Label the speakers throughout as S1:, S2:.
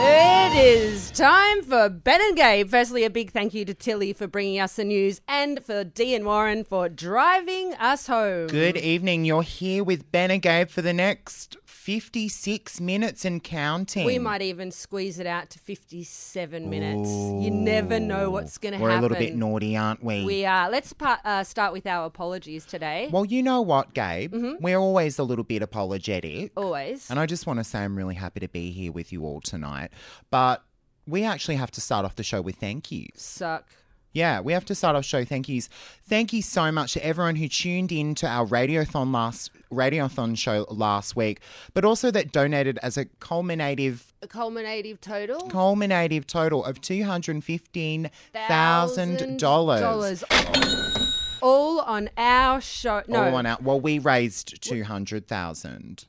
S1: It is time for Ben and Gabe. Firstly, a big thank you to Tilly for bringing us the news and for Dee and Warren for driving us home.
S2: Good evening. You're here with Ben and Gabe for the next 56 minutes and counting.
S1: We might even squeeze it out to 57 minutes. You never know what's going to
S2: We're
S1: happen.
S2: a little bit naughty, aren't we?
S1: We are. Let's pa- uh, start with our apologies today.
S2: well, you know what, Gabe?
S1: Mm-hmm.
S2: We're always a little bit apologetic.
S1: Always.
S2: And I just want to say I'm really happy to be here with you all tonight. But we actually have to start off the show with thank yous.
S1: Suck.
S2: Yeah, we have to start off show thank yous. Thank you so much to everyone who tuned in to our radiothon last radiothon show last week, but also that donated as a culminative
S1: A culminative total?
S2: culminative total of two hundred fifteen thousand dollars.
S1: All on our show. No.
S2: All on out. Well, we raised two hundred thousand,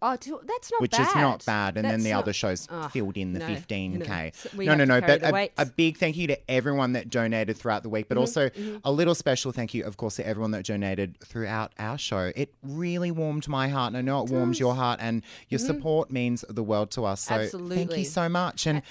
S1: Oh, two, that's not
S2: which
S1: bad.
S2: is not bad. And then
S1: That's
S2: the
S1: not-
S2: other shows
S1: Ugh,
S2: filled in the
S1: no,
S2: fifteen k.
S1: no. We
S2: No,
S1: have
S2: no,
S1: to
S2: no.
S1: carry
S2: But
S1: the
S2: a,
S1: weight. Mm-hmm,
S2: a big thank you to everyone that donated throughout the week, but also a little special thank you, of course, to everyone that donated throughout our show. It really warmed my heart, and I know it, warms your heart, and your support means the world to us. So thank
S1: Mm-hmm. Absolutely.
S2: you so much. And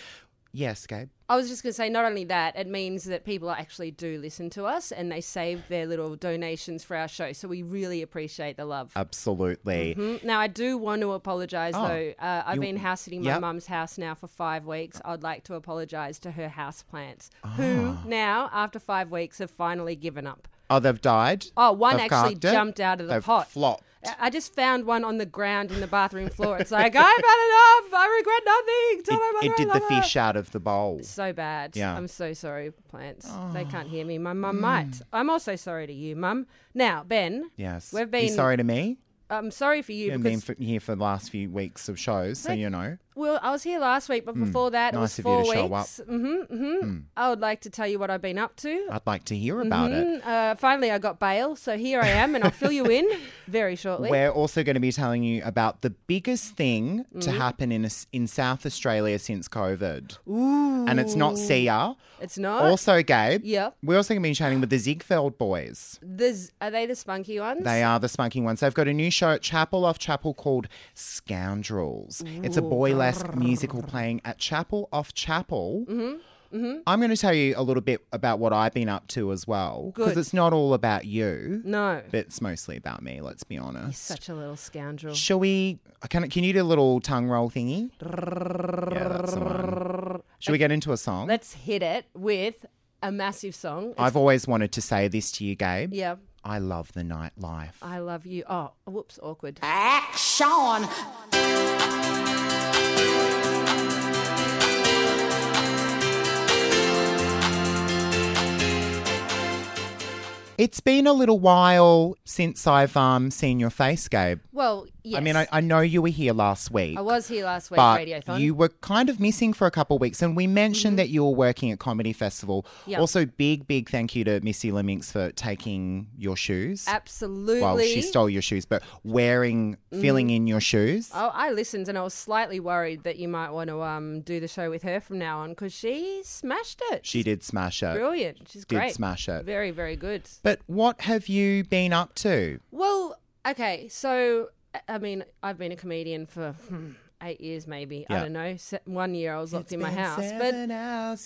S2: yes, Gabe.
S1: I was just going to say, not only that, it means that people actually do listen to us and they save their little donations for our show. So we really appreciate the love.
S2: Absolutely.
S1: Mm, Now, I do want to apologise,
S2: Oh,
S1: though. Uh, I've
S2: you-
S1: been house sitting my
S2: Yep.
S1: mum's house now for five weeks. I'd like to apologise to her houseplants,
S2: Ah.
S1: who now, after five weeks, have finally given up.
S2: Oh, they've died.
S1: Oh, one
S2: They've
S1: actually
S2: carked it?
S1: jumped out of the
S2: They've
S1: pot.
S2: Flopped.
S1: I- I just found one on the ground in the bathroom floor. It's like, I've had enough. I regret nothing. Tell my
S2: It,
S1: mother
S2: it
S1: I
S2: did the
S1: love her."
S2: fish out of the bowl.
S1: So bad.
S2: Yeah. Oh.
S1: I'm so sorry, plants. They can't hear me. My mum might. I'm also sorry to you, mum. Now, Ben.
S2: Mm. Yes.
S1: We've been.
S2: You sorry to me.
S1: I'm sorry for you
S2: I've been
S1: because
S2: for, here for the last few weeks of shows, so you know.
S1: well, I was here last week, but before that,
S2: Mm. Nice
S1: it was
S2: of
S1: four
S2: you to show up. Mm.
S1: weeks. Mm-hmm, mm-hmm. I would like to tell you what I've been up to.
S2: I'd like to hear about it.
S1: Mm, Uh, finally, I got bail, so here I am, and I'll fill you in very shortly.
S2: We're also going to be telling you about the biggest thing to
S1: Mm.
S2: happen in us in South Australia since COVID. Ooh. And it's not Sia.
S1: it's not.
S2: Also, Gabe.
S1: Yep.
S2: We're also going to be chatting with the Ziegfeld boys.
S1: There's- are they the spunky ones?
S2: They are the smoking ones. They've got a new show at Chapel Off Chapel called Scoundrels. It's a boylesque musical playing at Chapel Off Chapel. Mm-hmm. I'm going to tell you a little bit about what I've been up to as well. Because
S1: Good. Mm.
S2: it's not all about you,
S1: No.
S2: but it's mostly about me, let's be honest.
S1: Such a little scoundrel.
S2: Shall we? uh, Can, can you do a little tongue roll thingy? yeah, that's the one. Should we get into a song?
S1: Let's hit it with a massive song. It's-
S2: I've always wanted to say this to you, Gabe.
S1: yeah.
S2: I love the nightlife.
S1: I love you. Oh, whoops, awkward.
S3: Action!
S2: It's been a little while since I've um, seen your face, Gabe.
S1: Well, yes.
S2: I mean, I, I know you were here last week.
S1: I was here last week,
S2: But
S1: Radiothon. Mm-hmm.
S2: you were kind of missing for a couple of weeks, and we mentioned that you were working at Comedy Festival.
S1: Yeah.
S2: Also, big, big thank you to Missy Leminks for taking your shoes.
S1: Absolutely.
S2: Well, she stole your shoes, but wearing, filling in your shoes.
S1: Oh, I listened and I was slightly worried that you might want to um, do the show with her from now on because she smashed it.
S2: She did smash it.
S1: Brilliant. She's
S2: Did
S1: great.
S2: smash it.
S1: Very, very good.
S2: But what have you been up to?
S1: Well, okay. So, I- I mean, I've been a comedian for hmm, eight years, maybe. I
S2: Yeah.
S1: don't know. Se- one year I was locked in my house. but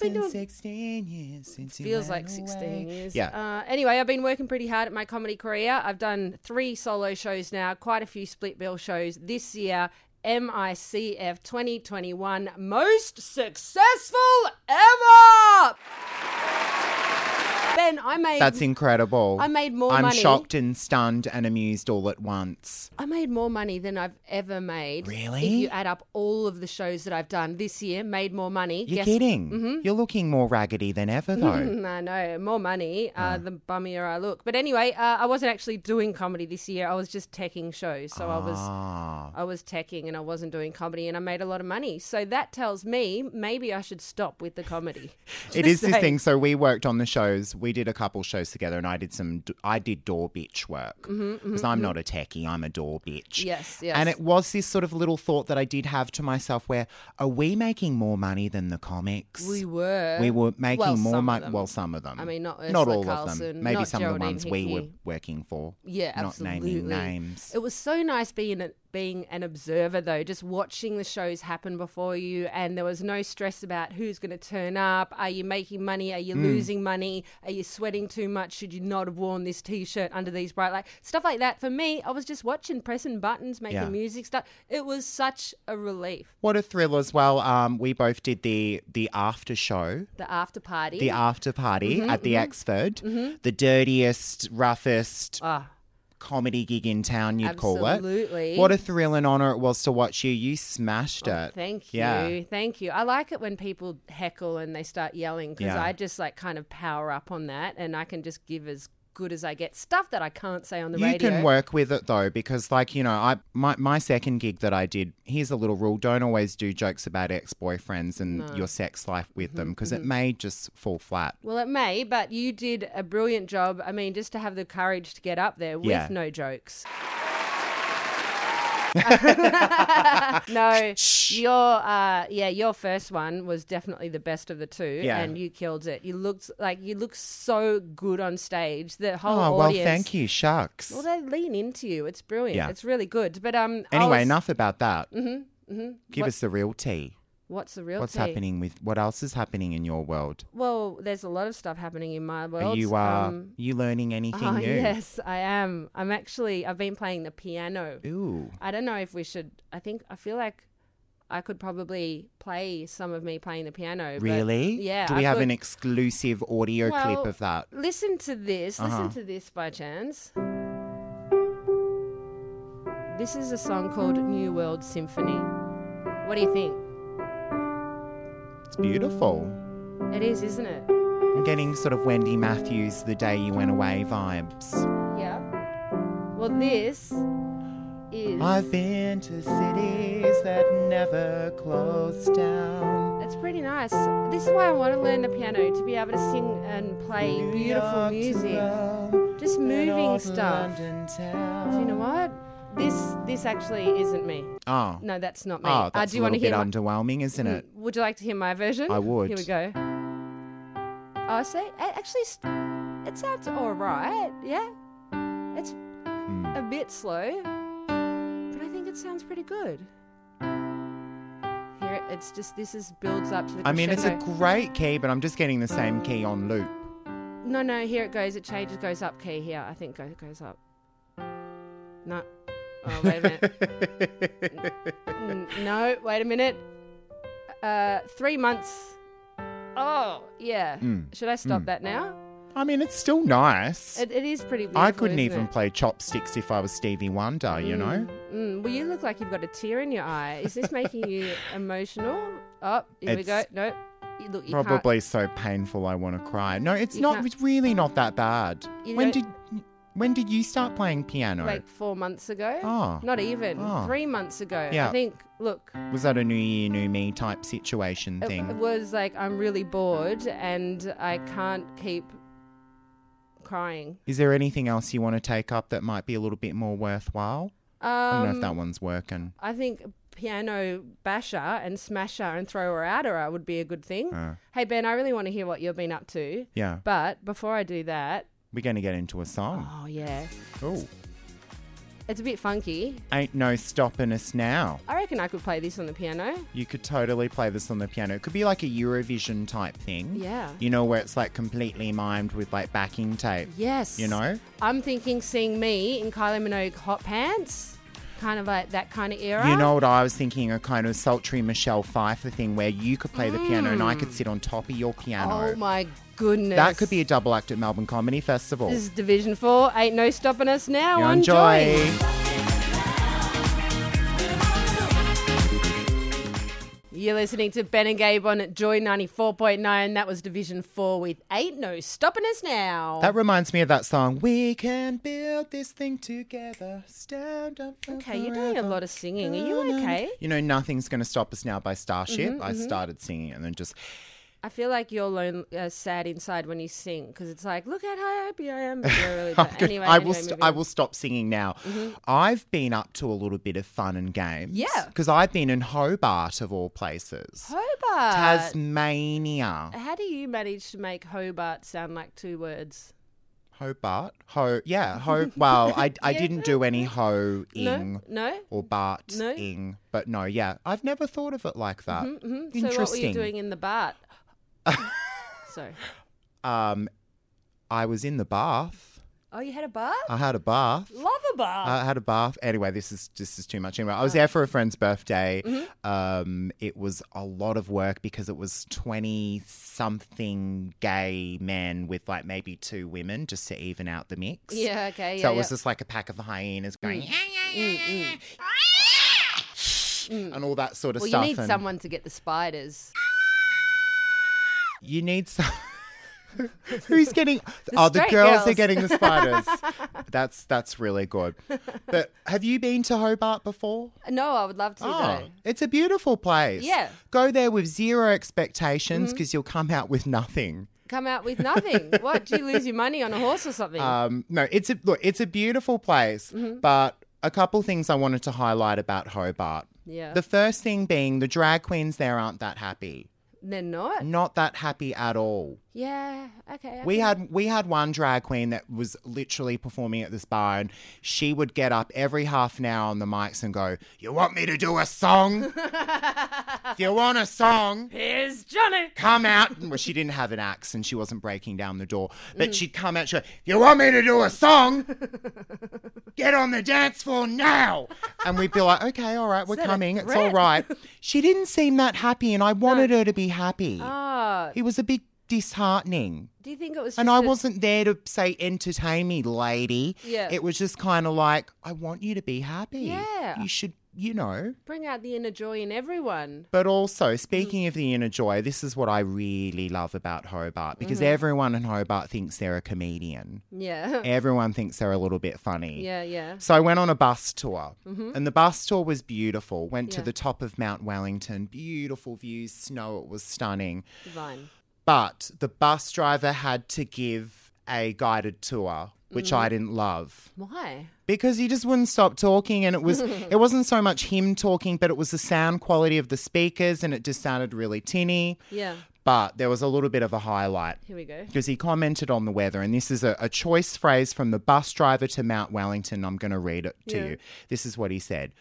S2: been
S1: doing-
S2: 16 years since you
S1: feels
S2: went
S1: like
S2: away.
S1: 16 years.
S2: Yeah.
S1: Uh, anyway, I've been working pretty hard at my comedy career. I've done three solo shows now, quite a few split bill shows this year. MICF 2021 most successful ever. Ben, I made
S2: That's incredible.
S1: I made more
S2: I'm
S1: money.
S2: shocked and stunned and amused all at once.
S1: I made more money than I've ever made.
S2: Really?
S1: If you add up all of the shows that I've done this year, made more money.
S2: You're
S1: Guess-
S2: kidding.
S1: Mm-hmm.
S2: You're looking more raggedy than ever, though.
S1: Mm, I know, more money,
S2: Ah.
S1: uh, the bummier I look. But anyway, uh, I wasn't actually doing comedy this year. I was just teching shows. So I was
S2: ah.
S1: I was teching and I wasn't doing comedy and I made a lot of money. So that tells me maybe I should stop with the comedy.
S2: It is this
S1: Say.
S2: thing. So we worked on the shows. We did a couple shows together, and I did some. I did door bitch work because I'm not a techie. I'm a door bitch.
S1: Mm-hmm, Yes, yes.
S2: And it was this sort of little thought that I did have to myself: where are we making more money than the comics?
S1: We were.
S2: We were making
S1: Well, some
S2: more
S1: of
S2: money.
S1: them.
S2: Well, some of them. I
S1: mean, not
S2: not
S1: Ursula
S2: all of
S1: Carlson,
S2: them. Maybe
S1: not
S2: some of the
S1: Geraldine
S2: ones we were
S1: Hickey.
S2: working for.
S1: Yeah,
S2: not
S1: absolutely.
S2: naming names.
S1: It was so nice being a, being an observer though, just watching the shows happen before you, and there was no stress about who's going to turn up. Are you making money? Are you
S2: Hmm.
S1: losing money? Are you sweating too much? Should you not have worn this t-shirt under these bright lights? Stuff like that. For me, I was just watching, pressing buttons, making
S2: Yeah.
S1: music stuff. It was such a relief.
S2: What a thrill as well. Um, we both did the the after show.
S1: The after party.
S2: the after party
S1: Mm-hmm,
S2: at the Axford, the dirtiest, roughest
S1: Ah,
S2: comedy gig in town, you'd call it.
S1: Absolutely. Oh,
S2: What a thrill and honor it was to watch you. You smashed it.
S1: Thank you.
S2: Yeah.
S1: Thank you. I like it when people heckle and they start yelling because
S2: Yeah.
S1: I just like kind of power up on that and I can just give as good as I get. Stuff that I can't say on the
S2: You
S1: radio.
S2: can work with it though, because like you know, I my, my second gig that I did. Here's a little rule: don't always do jokes about ex boyfriends and your sex life
S1: Mm-hmm,
S2: with them, because it may just fall flat.
S1: Well, it may, but you did a brilliant job. I mean, just to have the courage to get up there with
S2: Yeah.
S1: no jokes. no, your uh, yeah, your first one was definitely the best of the two,
S2: Yeah.
S1: and you killed it. You looked like you looked so good on stage. The whole
S2: Oh well,
S1: audience.
S2: thank you, shucks.
S1: Well, they lean into you. It's brilliant.
S2: Yeah.
S1: It's really good. But um, I
S2: anyway,
S1: was-
S2: enough about that. Mm-hmm, mm-hmm. Give us the real tea.
S1: What's the real?
S2: What's
S1: tea?
S2: happening with what else is happening in your world?
S1: Well, there's a lot of stuff happening in my world.
S2: Are you uh, are
S1: Um,
S2: you learning anything
S1: oh,
S2: new?
S1: yes, I am. I'm actually. I've been playing the piano.
S2: Ooh.
S1: I don't know if we should. I think I feel like I could probably play some of me playing the piano. but-
S2: Really?
S1: yeah.
S2: Do we
S1: I
S2: have
S1: could-
S2: an exclusive audio
S1: Well,
S2: clip of that?
S1: Listen to this.
S2: Uh-huh.
S1: Listen to this by chance. This is a song called New World Symphony. What do you think?
S2: It's beautiful.
S1: It is, isn't it?
S2: I'm getting sort of Wendy Matthews the day you went away vibes.
S1: Yeah. Well, this is.
S2: I've been to cities that never close down.
S1: It's pretty nice. This is why I want to learn the piano to be able to sing and play
S2: New
S1: beautiful
S2: York to
S1: music.
S2: Rome,
S1: Just
S2: and
S1: moving
S2: old
S1: stuff.
S2: London
S1: Do you know
S2: town.
S1: what? This this actually isn't me.
S2: Oh.
S1: No, that's not me.
S2: Oh,
S1: Uh,
S2: that's
S1: do
S2: a
S1: you want
S2: little
S1: to hear?
S2: bit
S1: my-
S2: underwhelming, isn't it?
S1: Would you like to hear my version?
S2: I would.
S1: Here we go. I say, a- actually, s- it sounds all right. Yeah, it's
S2: Hmm.
S1: a bit slow, but I think it sounds pretty good. Here, it- it's just this is builds up to the.
S2: I mean, it's a
S1: crescendo.
S2: great key, but I'm just getting the same key on loop.
S1: No, no, here it goes. It changes, goes up key here. I think it goes up. No. Oh, wait a minute. N- Mm, no, wait a minute. Uh, three months. Oh, yeah.
S2: Mm.
S1: Should I stop that now?
S2: I mean, it's still nice.
S1: It, it is pretty beautiful,
S2: I couldn't
S1: isn't
S2: even
S1: it?
S2: play chopsticks if I was Stevie Wonder, you know?
S1: Mm, well, you look like you've got a tear in your eye. Is this making you emotional? Oh, here we go.
S2: It's
S1: No. You, look, you can't-
S2: Probably so painful I want to cry. No, it's
S1: You
S2: not
S1: can't-
S2: it's really not that bad.
S1: You
S2: When did
S1: don't-
S2: when did you start playing piano?
S1: Like four months ago?
S2: Oh.
S1: Not even.
S2: Oh.
S1: Three months ago. I
S2: Yeah.
S1: think, look,
S2: was that a new year, new me type situation
S1: It-
S2: thing?
S1: It was like I'm really bored and I can't keep crying.
S2: Is there anything else you want to take up that might be a little bit more worthwhile? I don't know if
S1: Um,
S2: that one's working.
S1: I think piano basher and smasher and thrower outer would be a good thing.
S2: Uh.
S1: Hey Ben, I really want to hear what you've been up to.
S2: Yeah.
S1: But before I do that,
S2: We're gonna get into a song.
S1: oh yeah,
S2: Oh.
S1: it's a bit funky.
S2: Ain't no stopping us now.
S1: I reckon I could play this on the piano.
S2: You could totally play this on the piano. It could be like a Eurovision type thing.
S1: Yeah.
S2: You know, where it's like completely mimed with like backing tape.
S1: Yes.
S2: You know?
S1: I'm thinking seeing me in Kylie Minogue hot pants. kind of like that kind of era.
S2: You know what I was thinking? A kind of sultry Michelle Pfeiffer thing where you could play the piano and I could sit on top of your piano.
S1: Mm. Oh my goodness.
S2: that could be a double act at Melbourne Comedy Festival.
S1: This is Division Four. Ain't no stopping us now.
S2: You
S1: on
S2: enjoy.
S1: Joy. You're listening to Ben and Gabe on Joy 94.9. That was Division 4 with Ain't No Stopping Us Now.
S2: That reminds me of that song. We can build this thing together. Stand up. for
S1: okay, you're doing a
S2: forever."
S1: lot of singing. Are you okay?
S2: You know, nothing's going to stop us now by Starship.
S1: Mm-hmm,
S2: I started singing and then just
S1: I feel like you're lone, uh, sad inside when you sing because it's like, look at how happy I am. But you're really
S2: I'm
S1: bad.
S2: good.
S1: anyway,
S2: I
S1: anyway,
S2: will. St-
S1: moving
S2: I
S1: on. Mm-hmm.
S2: will stop singing now. I've been up to a little bit of fun and games.
S1: Yeah.
S2: because I've been in Hobart of all places,
S1: Hobart.
S2: Tasmania.
S1: How do you manage to make Hobart sound like two words?
S2: Hobart. Ho. Yeah. Ho. Well, I, I
S1: Yeah.
S2: didn't do any ho ing
S1: No, no.
S2: or Bart
S1: No.
S2: ing, but no. Yeah, I've never thought of it like that.
S1: Mhm.
S2: Interesting.
S1: So what were you doing in the Bart? Sorry. Mm-hmm.
S2: Um, I was in the bath.
S1: Oh, you had a Bart?
S2: I had a bath.
S1: Love a Bart.
S2: I had a bath. Anyway, this is this is too much. Anyway, I was
S1: Uh-huh.
S2: there for a friend's birthday.
S1: Mm-hmm.
S2: Um, it was a lot of work because it was twenty something gay men with like maybe two women just to even out the mix.
S1: yeah. Okay. Yeah.
S2: so it was
S1: yeah. Mm.
S2: just like a pack of hyenas going yeah yeah yeah, yeah, yeah," and all that sort of
S1: Mm. well, you
S2: stuff.
S1: need
S2: and
S1: someone to get the spiders.
S2: You need some. Who's getting? oh, the
S1: straight
S2: girls, are
S1: girls.
S2: getting the spiders. that's that's really good. But have you been to Hobart before?
S1: No, I would love to.
S2: Oh,
S1: Though.
S2: it's a beautiful place.
S1: Yeah. Mm-hmm.
S2: Go there with zero expectations because you'll come out with nothing.
S1: Come out with nothing. what? Do you lose your money on a horse or something?
S2: Um, no, it's a look, it's a beautiful place,
S1: Mm-hmm.
S2: but a couple things I wanted to highlight about Hobart.
S1: yeah.
S2: The first thing being the drag queens there aren't that happy.
S1: They're not.
S2: Not that happy at all.
S1: Yeah. Okay.
S2: We had we had one drag queen that was literally performing at this bar, and she would get up every half an hour on the mics and go, "You want me to do a song? if you want a song,
S1: Here's Johnny.
S2: come out. Well, she didn't have an axe and she wasn't breaking down the door, but
S1: Mm.
S2: she'd come out. She'd go, "You want me to do a song? Get on the dance floor now!" And we'd be like, "Okay, all right, we're coming. It's all
S1: threat?
S2: right." She didn't seem that happy, and I wanted her to be happy.
S1: Oh,
S2: It was a bit disheartening.
S1: do you think it was?
S2: And
S1: just
S2: I
S1: a-
S2: wasn't there to say, entertain me, lady.
S1: Yeah.
S2: It was just kind of like, I want you to be happy.
S1: Yeah.
S2: You should, you know.
S1: bring out the inner joy in everyone.
S2: But also, speaking of the inner joy, this is what I really love about Hobart because everyone in Hobart thinks they're a comedian.
S1: Mm-hmm. Yeah.
S2: Everyone thinks they're a little bit funny.
S1: yeah. Yeah.
S2: So I went on a bus tour, and the bus tour was beautiful. Went to
S1: Yeah.
S2: the top of Mount Wellington, beautiful views, snow, it was stunning.
S1: Divine.
S2: But the bus driver had to give a guided tour, which I didn't love
S1: Why?
S2: because he just wouldn't stop talking and it was it wasn't so much him talking but it was the sound quality of the speakers and it just sounded really tinny
S1: Yeah.
S2: but there was a little bit of a highlight
S1: Here we go.
S2: because he commented on the weather and this is a, a choice phrase from the bus driver to mount wellington i'm going to read it to
S1: Yeah.
S2: you this is what he said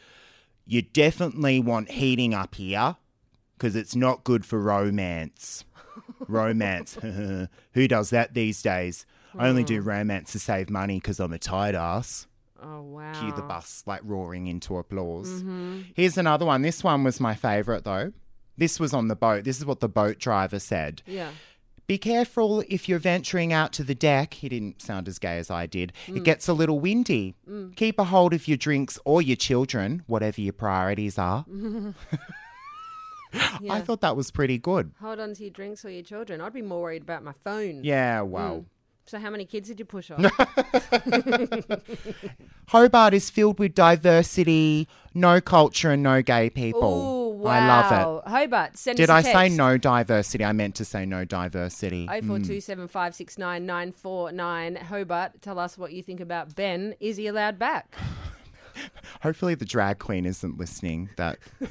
S2: you definitely want heating up here because it's not good for romance romance who does that these days i only do romance to save money because i'm a tight ass
S1: Oh wow. Mm-hmm.
S2: cue the bus like roaring into applause. Here's another one. This one was my favorite though. This was on the boat. This is what the boat driver said.
S1: Yeah.
S2: Be careful if you're venturing out to the deck. He didn't sound as gay as I did.
S1: Mm.
S2: It gets a little windy. Keep a hold of your drinks or your children, whatever your priorities are. I
S1: Yeah.
S2: thought that was pretty good.
S1: Hold on to your drinks or your children. I'd be more worried about my phone.
S2: Yeah, well.
S1: So how many kids did you push off?
S2: Hobart is filled with diversity, no culture, and no gay
S1: Oh
S2: people.
S1: wow!
S2: I love it.
S1: Hobart, send
S2: Did I
S1: us a
S2: say
S1: text.
S2: no diversity? I meant to say no diversity.
S1: Oh four
S2: Hmm.
S1: two seven five six nine nine four nine Hobart. Tell us what you think about Ben. Is he allowed back?
S2: Hopefully, the drag queen isn't listening. That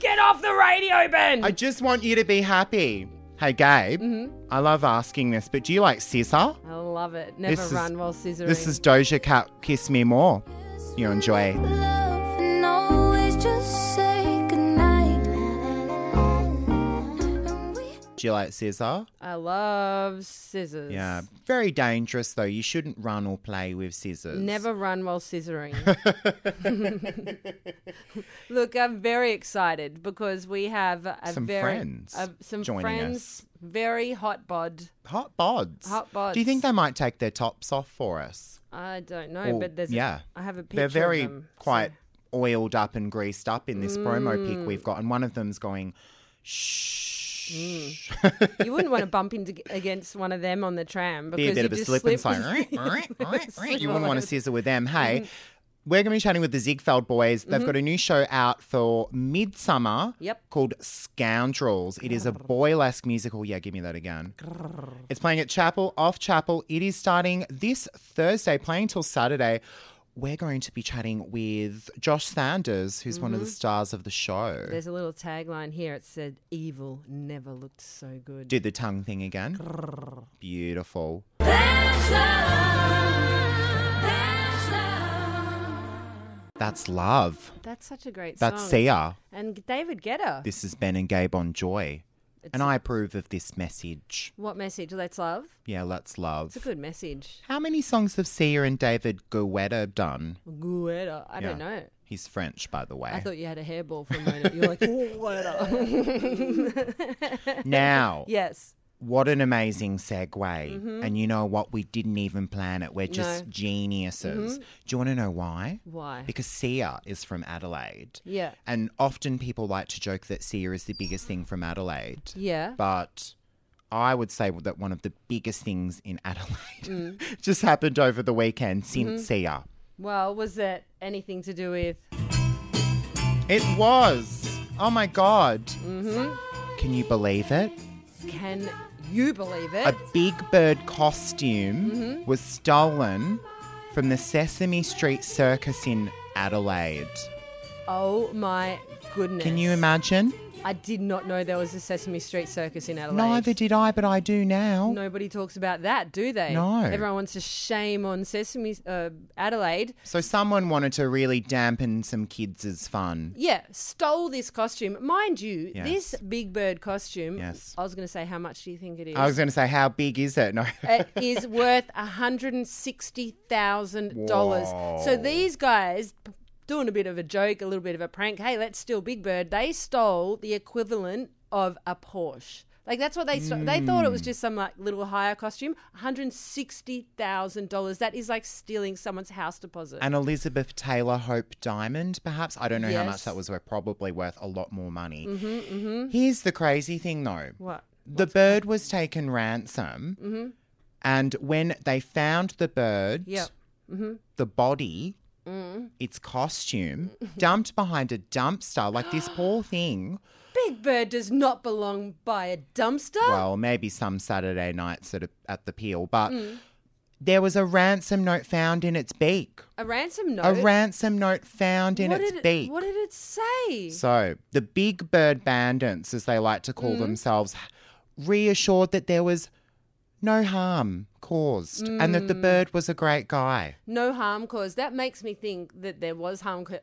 S1: Get off the radio, Ben.
S2: I just want you to be happy. Hey, Gabe.
S1: Mm-hmm.
S2: I love asking this, but do you like scissor?
S1: I love it. Never
S2: is-
S1: run while scissoring.
S2: This is Doja Cat. Kiss me more. You enjoy.
S3: Love and always just say goodnight.
S2: Do you like scissor?
S1: I love scissors.
S2: Yeah. Very dangerous though. You shouldn't run or play with scissors.
S1: Never run while scissoring. Look, I'm very excited because we have a
S2: Some
S1: very
S2: friends
S1: a- some
S2: joining
S1: friends,
S2: us.
S1: very hot bod.
S2: Hot bods.
S1: Hot
S2: Do
S1: bods.
S2: you think they might take their tops off for us?
S1: I don't know,
S2: Or-
S1: but there's
S2: yeah.
S1: a, I have a picture.
S2: They're very
S1: of them, so-
S2: quite oiled up and greased up in this promo
S1: Mm.
S2: pic we've got, and one of them's going,
S1: Mm.
S2: shh.
S1: you wouldn't want to bump into against one of them on the tram because
S2: be a bit
S1: you
S2: of a
S1: just
S2: slip, and slide.
S1: slip. Mm-hmm.
S2: you wouldn't
S1: all
S2: want to scissor with them. Hey, we're going to be chatting with the Ziegfeld boys. They've got a new show out for midsummer
S1: Mm-hmm. Yep.
S2: called Scoundrels. It is a boylesque musical. Yeah, give me that again. It's playing at Chapel, off Chapel. It is starting this Thursday, playing till Saturday. We're going to be chatting with Josh Sanders, who's one of the
S1: Mm-hmm.
S2: stars of the show.
S1: There's a little tagline here. It said, "Evil never looked so good."
S2: Do the tongue thing again. Beautiful. That's love.
S1: That's such a great
S2: That's
S1: song.
S2: Sia.
S1: And David Guetta.
S2: This is Ben and Gabe on Joy. and I approve of this message.
S1: What message? Let's love.
S2: Yeah, let's love.
S1: It's a good message.
S2: How many songs have Sia and David Guetta done?
S1: Guetta. I don't
S2: Yeah. Eh.
S1: know.
S2: He's French, by the way.
S1: I thought you had a hairball for a moment. You're like, Guetta.
S2: now,
S1: yes.
S2: what an amazing segue. And you know what? We didn't even plan it. We're just
S1: Mm-hmm. No. Mm-hmm.
S2: geniuses. Do you want to know why?
S1: Why?
S2: Because Sia is from Adelaide.
S1: yeah.
S2: And often people like to joke that Sia is the biggest thing from Adelaide.
S1: Yeah.
S2: But I would say that one of the biggest things in Adelaide just happened over the weekend since Sia.
S1: Well, was that anything to do with?
S2: It was. Oh my God. Can you believe it?
S1: Can you believe it?
S2: A Big Bird costume was stolen from the Sesame Street Circus in Adelaide.
S1: oh my goodness!
S2: Can you imagine?
S1: I did not know there was a Sesame Street circus in Adelaide.
S2: Neither did I, but I do now.
S1: Nobody talks about that, do they?
S2: No.
S1: Everyone wants to shame on Sesame uh, Adelaide.
S2: So someone wanted to really dampen some kids' fun.
S1: Yeah, stole this costume, mind you.
S2: Yes.
S1: This Big Bird costume.
S2: Yes.
S1: I was going to say, how much do you think it is?
S2: I was going to say, how big is it? No.
S1: it is worth $160,000. So
S2: Whoa.
S1: these guys p- doing a bit of a joke, a little bit of a prank. Hey, let's steal Big Bird. They stole the equivalent of a Porsche. Like that's what they st- they thought it
S2: Hmm.
S1: was just some like little hire costume. $160,000. That is like stealing someone's house deposit.
S2: An Elizabeth Taylor Hope diamond, perhaps. I don't know how much
S1: Yes. Mm-hmm,
S2: that was worth. Probably worth a lot more money. Here's the crazy thing, though.
S1: what?
S2: The bird was taken ransom,
S1: Mm-hmm.
S2: and when they found the bird,
S1: Yep. Mm.
S2: the body, its costume, dumped behind a dumpster, like this poor thing.
S1: Big Bird does not belong by a dumpster.
S2: Well, maybe some Saturday nights at, a, at the peel, but
S1: Mm.
S2: there was a ransom note found in its beak.
S1: a ransom note.
S2: A ransom note found in
S1: what
S2: its
S1: did it,
S2: beak.
S1: What did it say?
S2: So the big bird bandits, as they like to
S1: Mm.
S2: call themselves, reassured that there was no harm caused and that the
S1: Mm.
S2: bird was a great guy.
S1: no harm caused. That makes me think that there was harm. Co-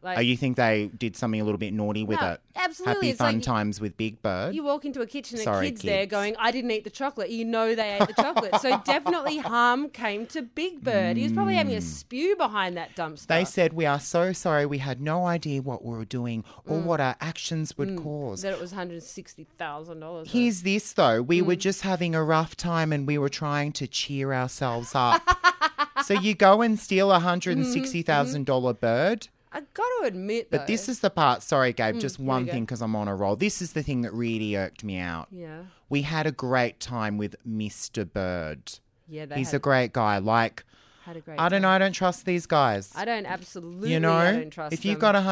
S1: like
S2: Oh, you think they did something a little bit naughty with
S1: No,
S2: it?
S1: absolutely.
S2: Happy
S1: It's
S2: fun
S1: like-
S2: times with Big Bird.
S1: you walk into a kitchen and
S2: Sorry,
S1: kids, there
S2: kids.
S1: going, "I didn't eat the chocolate." You know they ate the chocolate, so definitely harm came to Big Bird. He was probably having a spew behind that dumpster.
S2: Mm. They said, We are so sorry. We had no idea what we were doing or what our actions would cause.
S1: Mm. that it was one hundred sixty thousand dollars.
S2: Here's this though. We
S1: Mm.
S2: were just having a rough time and we were trying to cheer ourselves up. so you go and steal a hundred
S1: Mm-hmm.
S2: and sixty thousand dollar bird.
S1: I got to admit,
S2: But
S1: though,
S2: this is the part, sorry, Gabe, just one
S1: Mm, go.
S2: thing because I'm on a roll. This is the thing that really irked me out.
S1: yeah,
S2: We had a great time with Mr. Bird.
S1: yeah, they
S2: He's
S1: had,
S2: a great guy. Like,
S1: had a great.
S2: I don't
S1: time.
S2: know, I don't trust these guys.
S1: I don't absolutely.
S2: you know,
S1: I don't trust
S2: if you
S1: them.
S2: got a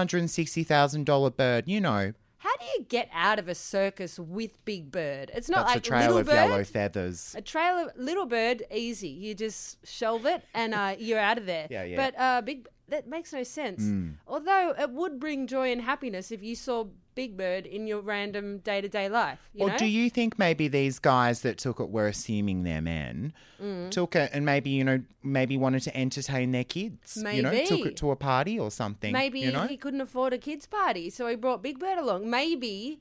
S2: $160,000 bird, you know,
S1: how do you get out of a circus with Big Bird? It's not
S2: that's
S1: like
S2: a trail
S1: Little
S2: of
S1: Bird. Uh,
S2: yellow feathers.
S1: A trail of little bird, easy. You just shelve it and uh, you're out of there.
S2: Yeah, Hmm. yeah.
S1: But uh, big that makes no sense. Although it would bring joy and happiness if you saw Big Bird in your random day to day life. You
S2: Or
S1: know?
S2: do you think maybe these guys that took it were assuming they're men,
S1: Mm.
S2: took it and maybe, you know, maybe wanted to entertain their kids? You know, took
S1: Maybe.
S2: it to a party or something.
S1: Maybe
S2: you know?
S1: he couldn't afford a kids' party, so he brought Big Bird along. Maybe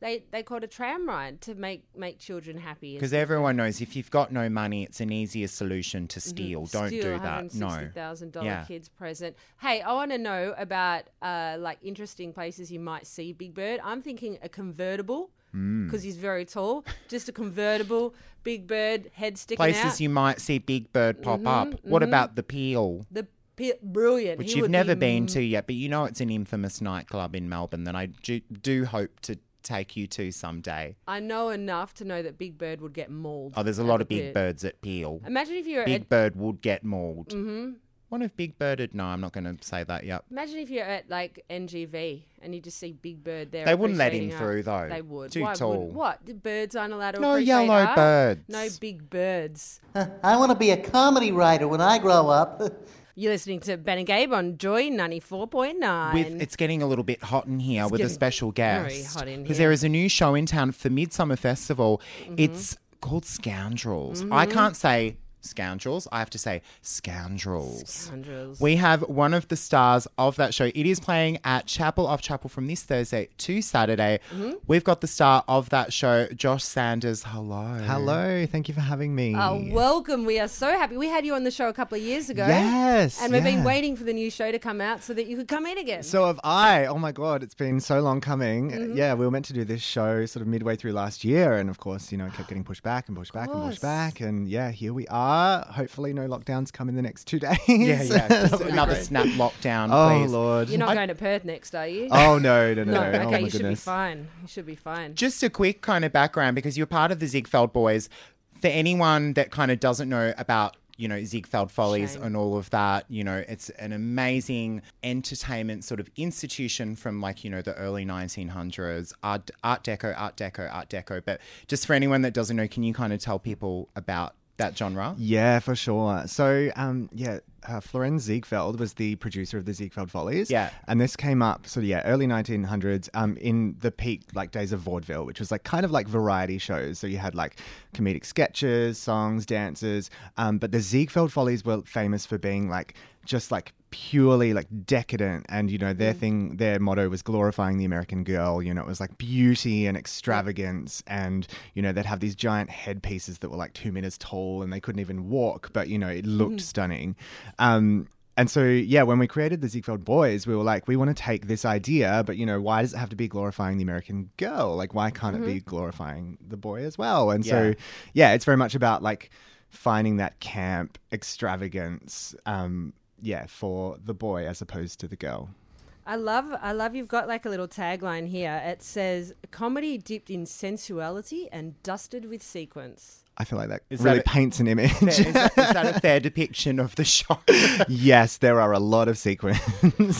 S1: they they called a tram ride to make make children happy.
S2: Because everyone knows if you've got no money, it's an easier solution to steal. Don't
S1: Mm-hmm. Still
S2: do that. No.
S1: $160,000
S2: Yeah.
S1: kids present. Hey, I want to know about uh, like interesting places you might see Big Bird. I'm thinking a convertible
S2: Mm.
S1: because he's very tall. Just a convertible, Big Bird head sticking out.
S2: Places you might see Big Bird
S1: Mm-hmm,
S2: pop up. What about the Peel?
S1: the p- brilliant,
S2: Which
S1: He
S2: you've
S1: would
S2: never
S1: be
S2: been to yet, but you know it's an infamous nightclub in Melbourne that I do, do hope to take you to someday.
S1: I know enough to know that Big Bird would get mauled.
S2: Oh, there's a
S1: at
S2: lot
S1: the
S2: of big
S1: pit.
S2: birds at Peel.
S1: Imagine if you're
S2: Big
S1: at,
S2: Bird would get mauled. Mm-hmm. What if Big Bird had? No, I'm not going to say that yet.
S1: imagine if you're at like NGV and you just see Big Bird there.
S2: They wouldn't let him
S1: appreciating art.
S2: through, though.
S1: They would.
S2: Too
S1: Why wouldn't-
S2: tall.
S1: What? The birds aren't allowed to.
S2: No
S1: appreciate
S2: yellow
S1: art?
S2: birds.
S1: No big birds.
S3: Huh, I want to be a comedy writer when I grow up.
S1: You're listening to Ben and Gabe on Joy ninety four point nine.
S2: With it's getting a little bit hot in here with a
S1: getting
S2: special
S1: very
S2: guest
S1: hot in
S2: because
S1: here. Mm-hmm.
S2: there is a new show in town for Midsummer Festival. It's called Scoundrels. I can't say scoundrels. I have to say scoundrels.
S1: Scoundrels.
S2: We have one of the stars of that show. It is playing at Chapel of Chapel from this Thursday to Saturday.
S1: Mm-hmm.
S2: We've got the star of that show, Josh Sanders. Hello.
S4: Hello, thank you for having me.
S1: Oh, welcome. We are so happy. We had you on the show a couple of years ago.
S4: Yes,
S1: And we've been
S4: yeah.
S1: waiting for the new show to come out so that you could come in again.
S4: So have I. Oh my god, it's been so long coming.
S1: Mm-hmm.
S4: Yeah, we were meant to do this show sort of midway through last year, and of course, you know, it kept getting pushed back and pushed back and
S1: course.
S4: pushed back, and yeah, here we are. Hopefully, no lockdowns come in the next two days.
S2: Yeah, yeah. Just another
S4: great.
S2: snap lockdown,
S4: oh
S2: please.
S4: lord.
S1: You're not going to Perth next, are you?
S4: oh no, no, no.
S1: no.
S4: no. oh
S1: Okay,
S4: my
S1: you
S4: goodness.
S1: should be fine. You should be fine.
S2: Just a quick kind of background because you're part of the Ziegfeld Boys. For anyone that kind of doesn't know about, you know, Ziegfeld Follies
S1: Shame.
S2: and all of that, you know, it's an amazing entertainment sort of institution from like, you know, the early 1900s, Art, Art Deco, Art Deco, Art Deco. But just for anyone that doesn't know, can you kind of tell people about that genre?
S4: Yeah, for sure. So, um, yeah, uh, Florence Ziegfeld was the producer of the Ziegfeld Follies.
S2: Yeah.
S4: And this came up, so yeah, early 1900s, um, in the peak, like, days of vaudeville, which was, like, kind of like variety shows. So you had, like, comedic sketches, songs, dances. Um, but the Ziegfeld Follies were famous for being, like, just, like, purely like decadent and you know their thing their motto was glorifying the american girl you know it was like beauty and extravagance and you know they'd have these giant headpieces that were like two meters tall and they couldn't even walk but you know it looked stunning um and so yeah when we created the ziegfeld boys we were like we want to take this idea but you know why does it have to be glorifying the american girl like why can't it be glorifying the boy as well and
S2: Mm-hmm. Yeah.
S4: so yeah it's very much about like finding that camp extravagance um yeah for the boy as opposed to the girl
S1: I love I love you've got like a little tagline here. It says comedy dipped in sensuality and dusted with sequence.
S4: i feel like that
S2: Is
S4: really
S2: that a-
S4: paints an image
S2: Is that- is that a fair depiction of the show?
S4: yes there are a lot of sequins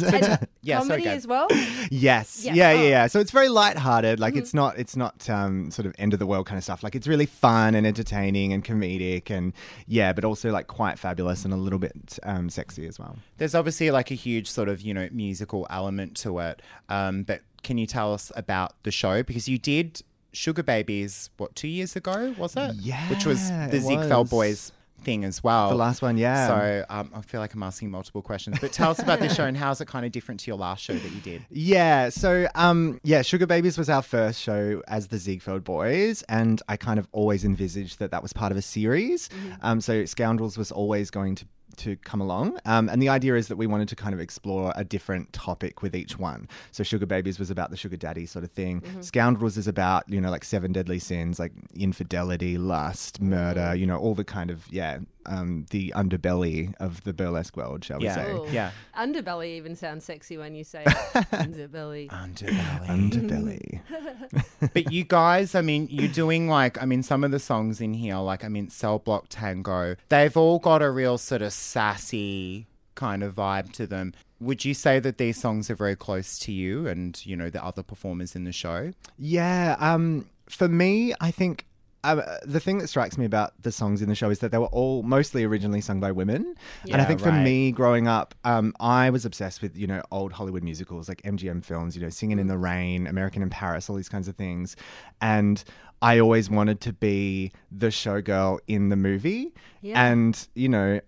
S1: And
S2: Yeah, sorry,
S1: comedy
S2: Gabe.
S1: as well.
S4: Yes.
S1: Yeah.
S4: Yeah. Yeah.
S1: Oh. Mm-hmm.
S4: Yeah. So it's very lighthearted. Like it's not it's not um, sort of end of the world kind of stuff. Like it's really fun and entertaining and comedic and yeah, but also like quite fabulous and a little bit um, sexy as well.
S2: There's obviously like a huge sort of, you know, musical element to it. Um, but can you tell us about the show? Because you did Sugar Babies, what, two years ago, was it?
S4: Yeah,
S2: Which was the
S4: it
S2: Ziegfeld
S4: was.
S2: Boys thing as well.
S4: The last one, yeah.
S2: So um, I feel like I'm asking multiple questions. But tell us about this show and how is it kind of different to your last show that you did?
S4: Yeah. So, um, yeah, Sugar Babies was our first show as the Ziegfeld Boys, and I kind of always envisaged that that was part of a series. Um, so, Scoundrels was always going to to come along, um, and the idea is that we wanted to kind of explore a different topic with each one. So, Sugar Babies was about the sugar daddy sort of thing. Scoundrels is about you know like seven deadly sins, like infidelity, lust, murder. You know, all the kind of yeah, um, the underbelly of the burlesque world, shall
S2: Yeah.
S4: we say?
S1: Cool.
S2: Yeah.
S1: Underbelly even sounds sexy when you say it. underbelly.
S2: Um. Underbelly.
S4: Underbelly.
S2: but you guys, I mean, you're doing like, I mean, some of the songs in here, like, I mean, Cell Block Tango, they've all got a real sort of sassy kind of vibe to them. Would you say that these songs are very close to you and, you know, the other performers in the show?
S4: Yeah. Um, for me, I think um, the thing that strikes me about the songs in the show is that they were all mostly originally sung by women. and
S2: Yeah,
S4: I think for
S2: right.
S4: me, growing up, um, I was obsessed with, you know, old Hollywood musicals like MGM films, you know, Singing in the
S2: Mm.
S4: Rain, American in Paris, all these kinds of things. And I always wanted to be the showgirl in the movie.
S1: Yeah.
S4: And, you know,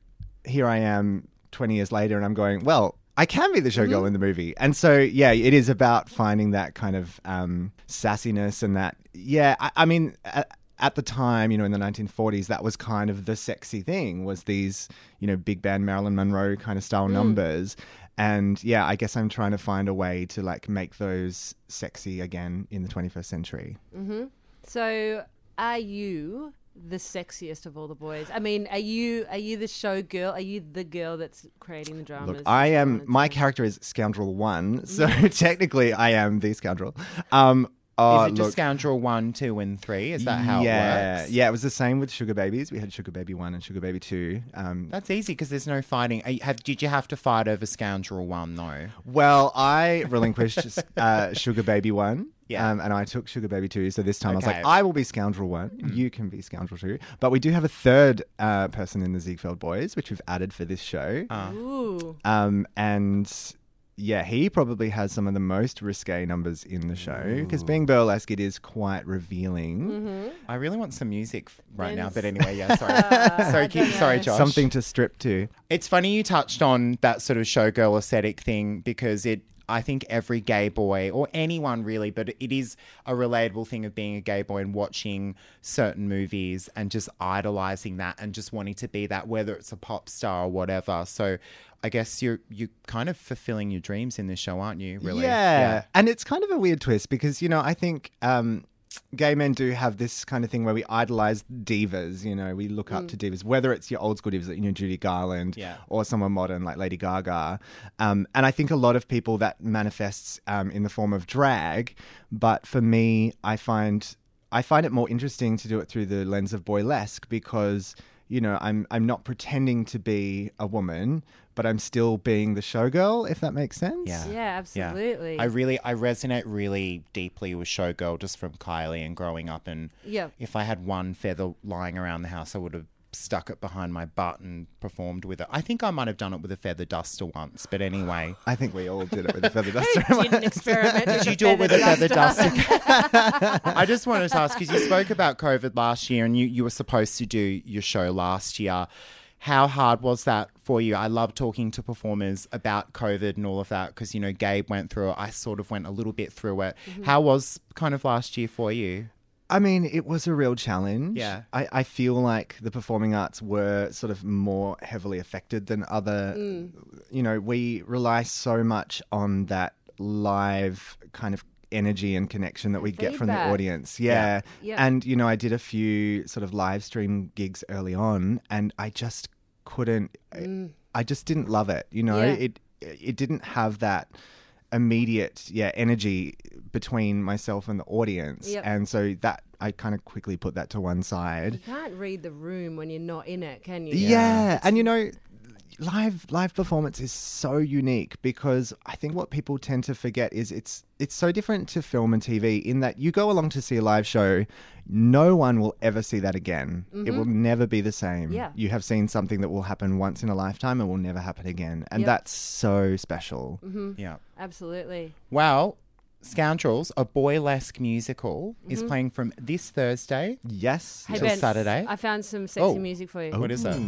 S4: here I am 20 years later and I'm going, well, I can be the
S2: Mm-hmm.
S4: showgirl in the movie. And so, yeah, it is about finding that kind of um, sassiness and that, yeah, I, I mean, at, at the time, you know, in the 1940s, that was kind of the sexy thing was these, you know, big band Marilyn Monroe kind of
S2: Mm.
S4: style numbers. And yeah, I guess I'm trying to find a way to like make those sexy again in the 21st century.
S1: So, are you the sexiest of all the boys? I mean, are you are you the showgirl? Are you the girl that's creating the dramas?
S4: Look, I am. My character is Scoundrel One, so technically, I am the scoundrel. Um, oh,
S2: Mm-hmm. Is it just
S4: look,
S2: Scoundrel 1, 2, and 3? Is that how
S4: yeah,
S2: it works?
S4: yeah. It was the same with Sugar Babies. We had Sugar Baby One and Sugar Baby Two. Um,
S2: That's easy because there's no fighting. Are you- Have, did you have to fight over Scoundrel 1, though?
S4: well, I relinquished uh, Sugar Baby One.
S2: Yeah.
S4: Um, and I took Sugar Baby 2. So this time I was like,
S2: Okay. Mm.
S4: I will be Scoundrel 1. You can be Scoundrel 2. But we do have a third uh, person in the Ziegfeld Boys, which we've added for this show.
S2: Ah. Uh,
S1: Ooh,
S4: Um, and yeah, he probably has some of the most risque numbers in the show because being burlesque, it is quite revealing.
S2: I really want some music f- right now,
S1: There's-
S2: but anyway, yeah, sorry. sorry, keep, sorry, Josh.
S4: Something to strip to.
S2: It's funny you touched on that sort of showgirl aesthetic thing because it. I think every gay boy or anyone really, but it is a relatable thing of being a gay boy and watching certain movies and just idolizing that and just wanting to be that, whether it's a pop star or whatever. So, I guess you're you kind of fulfilling your dreams in this show, aren't you? Really?
S4: Yeah. And it's kind of a weird twist because, you know, I think um, gay men do have this kind of thing where we idolize divas, you know, we look up to divas, whether it's your old school divas, like, you know, Judy Garland
S2: Yeah.
S4: or someone modern like Lady Gaga. Um, and I think a lot of people that manifests um, in the form of drag. But for me, I find. I find it more interesting to do it through the lens of boylesque because you know I'm I'm not pretending to be a woman, but I'm still being the showgirl, if that makes sense.
S2: Yeah.
S1: yeah,
S2: Yeah.
S1: absolutely.
S2: I really, I resonate really deeply with Showgirl just from Kylie and growing up. And
S1: Yeah.
S2: if I had one feather lying around the house, I would have stuck it behind my butt and performed with it. I think I might have done it with a feather duster once, but anyway.
S4: I think we all did it with a feather duster.
S1: didn't experiment.
S2: Did you do it with a feather duster? I just wanted to ask because you spoke about COVID last year and you, you were supposed to do your show last year. How hard was that for you? I love talking to performers about COVID and all of that because, you know, Gabe went through it. I sort of went a little bit through it. How was kind of last year for you?
S4: I mean, it was a real challenge.
S2: Yeah.
S4: I, I feel like the performing arts were sort of more heavily affected than other.
S1: Mm.
S4: You know, we rely so much on that live kind of energy and connection that we get from the
S1: Feedback.
S4: audience. Yeah.
S1: Yeah. Yeah.
S4: And, you know, I did a few sort of live stream gigs early on and I just couldn't, I, I just didn't love it. You know,
S1: Mm. Yeah.
S4: it, it didn't have that immediate yeah energy between myself and the audience
S1: Yep.
S4: and so that I kind of quickly put that to one
S1: You
S4: side.
S1: can't read the room when you're not in it, can you?
S4: Yeah. And you know, live live performance is so unique because I think what people tend to forget is it's it's so different to film and TV in that you go along to see a live show, no one will ever see that again. It will never be the same.
S1: Mm-hmm. Yeah.
S4: You have seen something that will happen once in a lifetime and will never happen again. And
S1: Yep. Mm-hmm.
S4: that's so special.
S2: Yeah.
S1: Absolutely.
S2: Well, Scoundrels, a boylesque musical, is playing from this Thursday.
S4: Yes.
S1: Hey
S2: Till
S1: Ben,
S2: Saturday.
S1: I found some sexy
S2: Oh.
S1: music for you.
S2: What is it?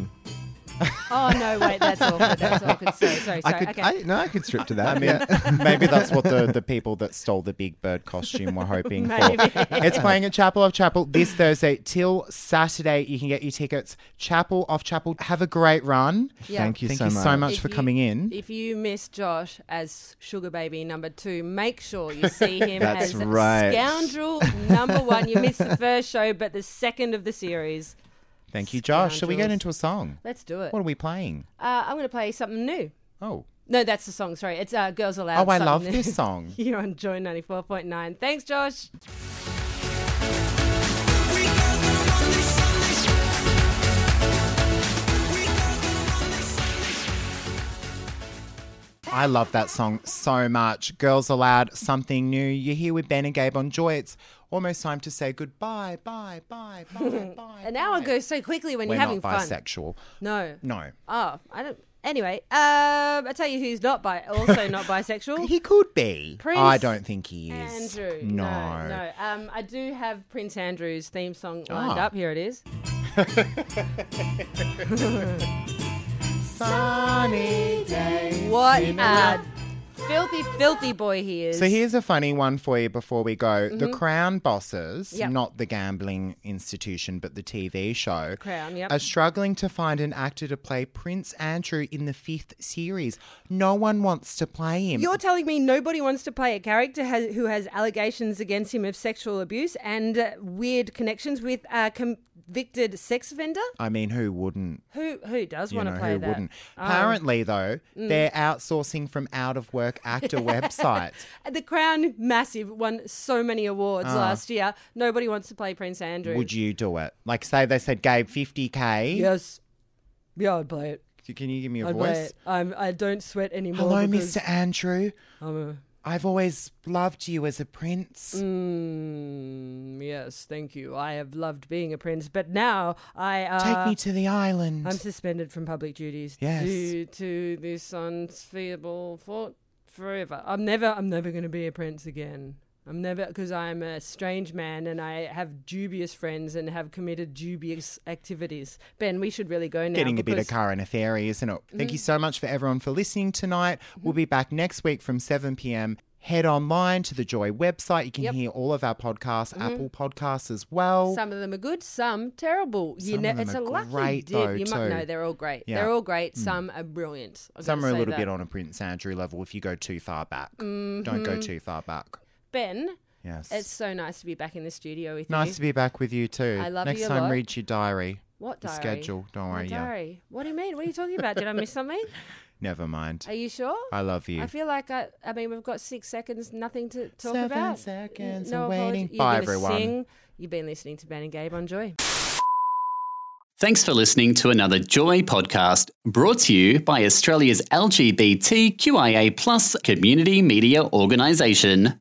S1: Oh no, wait, that's awkward. That's awkward. Sorry, sorry, sorry.
S4: I could
S1: okay.
S4: I, no, I could strip to that.
S2: I mean,
S4: yeah.
S2: maybe that's what the, the people that stole the big bird costume were hoping for.
S1: Maybe.
S2: It's playing at Chapel of Chapel this Thursday till Saturday. You can get your tickets. Chapel of Chapel. Have a great run.
S1: Yeah.
S4: Thank you
S2: Thank
S4: so
S2: you
S4: much.
S2: so much
S1: If
S2: for
S1: you-
S2: coming in.
S1: If you miss Josh as Sugar Baby number two, make sure you see him as
S4: That's right.
S1: Scoundrel number one. You missed the first show, but the second of the series.
S2: Thank you, Josh. Shall we get
S1: Scoundrels.
S2: into a song?
S1: Let's do it.
S2: What are we playing?
S1: Uh, I'm going to play something new.
S2: Oh,
S1: No, that's the song. Sorry, it's uh, Girls Aloud.
S2: oh, I
S1: something
S2: love
S1: new.
S2: this song.
S1: You're on Joy 94.9. Thanks, Josh.
S2: I love that song so much. Girls Aloud, something new. You're here with Ben and Gabe on Joy. It's almost time to say goodbye. Bye, bye, bye, bye.
S1: An hour goes so quickly when
S2: We're
S1: you're having
S2: not
S1: fun.
S2: bisexual.
S1: No.
S2: No.
S1: Oh, I don't. Anyway, um, I tell you who's not bi, also not bisexual.
S2: He could be.
S1: Prince
S2: I don't think he is.
S1: Andrew.
S2: No.
S1: No. no. Um, I do have Prince Andrew's theme song lined
S2: Ah.
S1: up. Here it is.
S2: Sunny day.
S1: What a filthy, filthy boy he is.
S2: So here's a funny one for you before we go. The Crown bosses,
S1: Mm-hmm. Yep.
S2: not the gambling institution, but the TV show,
S1: Crown, yep.
S2: are struggling to find an actor to play Prince Andrew in the fifth series. No one wants to play him.
S1: You're telling me nobody wants to play a character has, who has allegations against him of sexual abuse and uh, weird connections with a convicted sex offender?
S2: I mean, who wouldn't?
S1: Who who does
S2: Uh, You
S1: want
S2: know,
S1: to play
S2: who
S1: that? Um,
S2: wouldn't? Apparently, though,
S1: Mm.
S2: they're outsourcing from out of work actor websites.
S1: The Crown, massive, won so many awards last year. Nobody wants to play Prince Andrew.
S2: Ah. Would you do it? Like, say they said, Gabe, 50K.
S1: Yes. Yeah, I'd play it.
S2: Can you give me a
S1: I'd play
S2: voice?
S1: it. I'm, I don't sweat anymore.
S2: Hello,
S1: because
S2: Mr. Andrew.
S1: I'm a-
S2: I've always loved you as a prince.
S1: Mm, yes, thank you. I have loved being a prince, but now I uh,
S2: Take me to the island.
S1: I'm suspended from public duties
S2: Yes.
S1: due to this unspeakable fault forever. I'm never, I'm never going to be a prince again. I'm never because I'm a strange man and I have dubious friends and have committed dubious activities. Ben, we should really go now.
S2: Getting a bit of
S1: because- Mm.
S2: current affair, isn't it? Thank you so much for everyone for listening tonight. We'll be back next week from 7 p.m. Head online to the Joy website. You can hear all of our podcasts, Apple Podcasts as well.
S1: Mm-hmm. Some of them are good, some terrible. you
S2: Some
S1: know,
S2: of them
S1: it's
S2: are
S1: a lucky
S2: great,
S1: dip.
S2: though,
S1: you might
S2: too.
S1: know they're all great.
S2: Yeah. Hmm.
S1: They're all great. Some are brilliant. I've
S2: Some
S1: gotta
S2: are a
S1: say
S2: little
S1: that.
S2: bit on a Prince Andrew level if you go too far back. Don't go too far back.
S1: Ben,
S2: Yes.
S1: Mm-hmm. it's so nice to be back in the studio with you.
S2: nice to be back with you too.
S1: I love
S2: Next
S1: you a
S2: time,
S1: lot.
S2: read your diary.
S1: What
S2: The
S1: diary?
S2: schedule. Don't
S1: My
S2: worry. Yeah.
S1: diary. What do you mean? What are you talking about? Did I miss something?
S2: Never mind.
S1: Are you sure?
S2: I love you.
S1: I feel like I. I mean, we've got six seconds. Nothing to talk
S2: Seven
S1: about.
S2: seconds,
S1: No
S2: I'm waiting.
S1: apology. You're
S2: Bye,
S1: gonna
S2: everyone.
S1: Sing. You've been listening to Ben and Gabe on Joy.
S5: Thanks for listening to another Joy podcast brought to you by Australia's LGBTQIA plus community media organisation,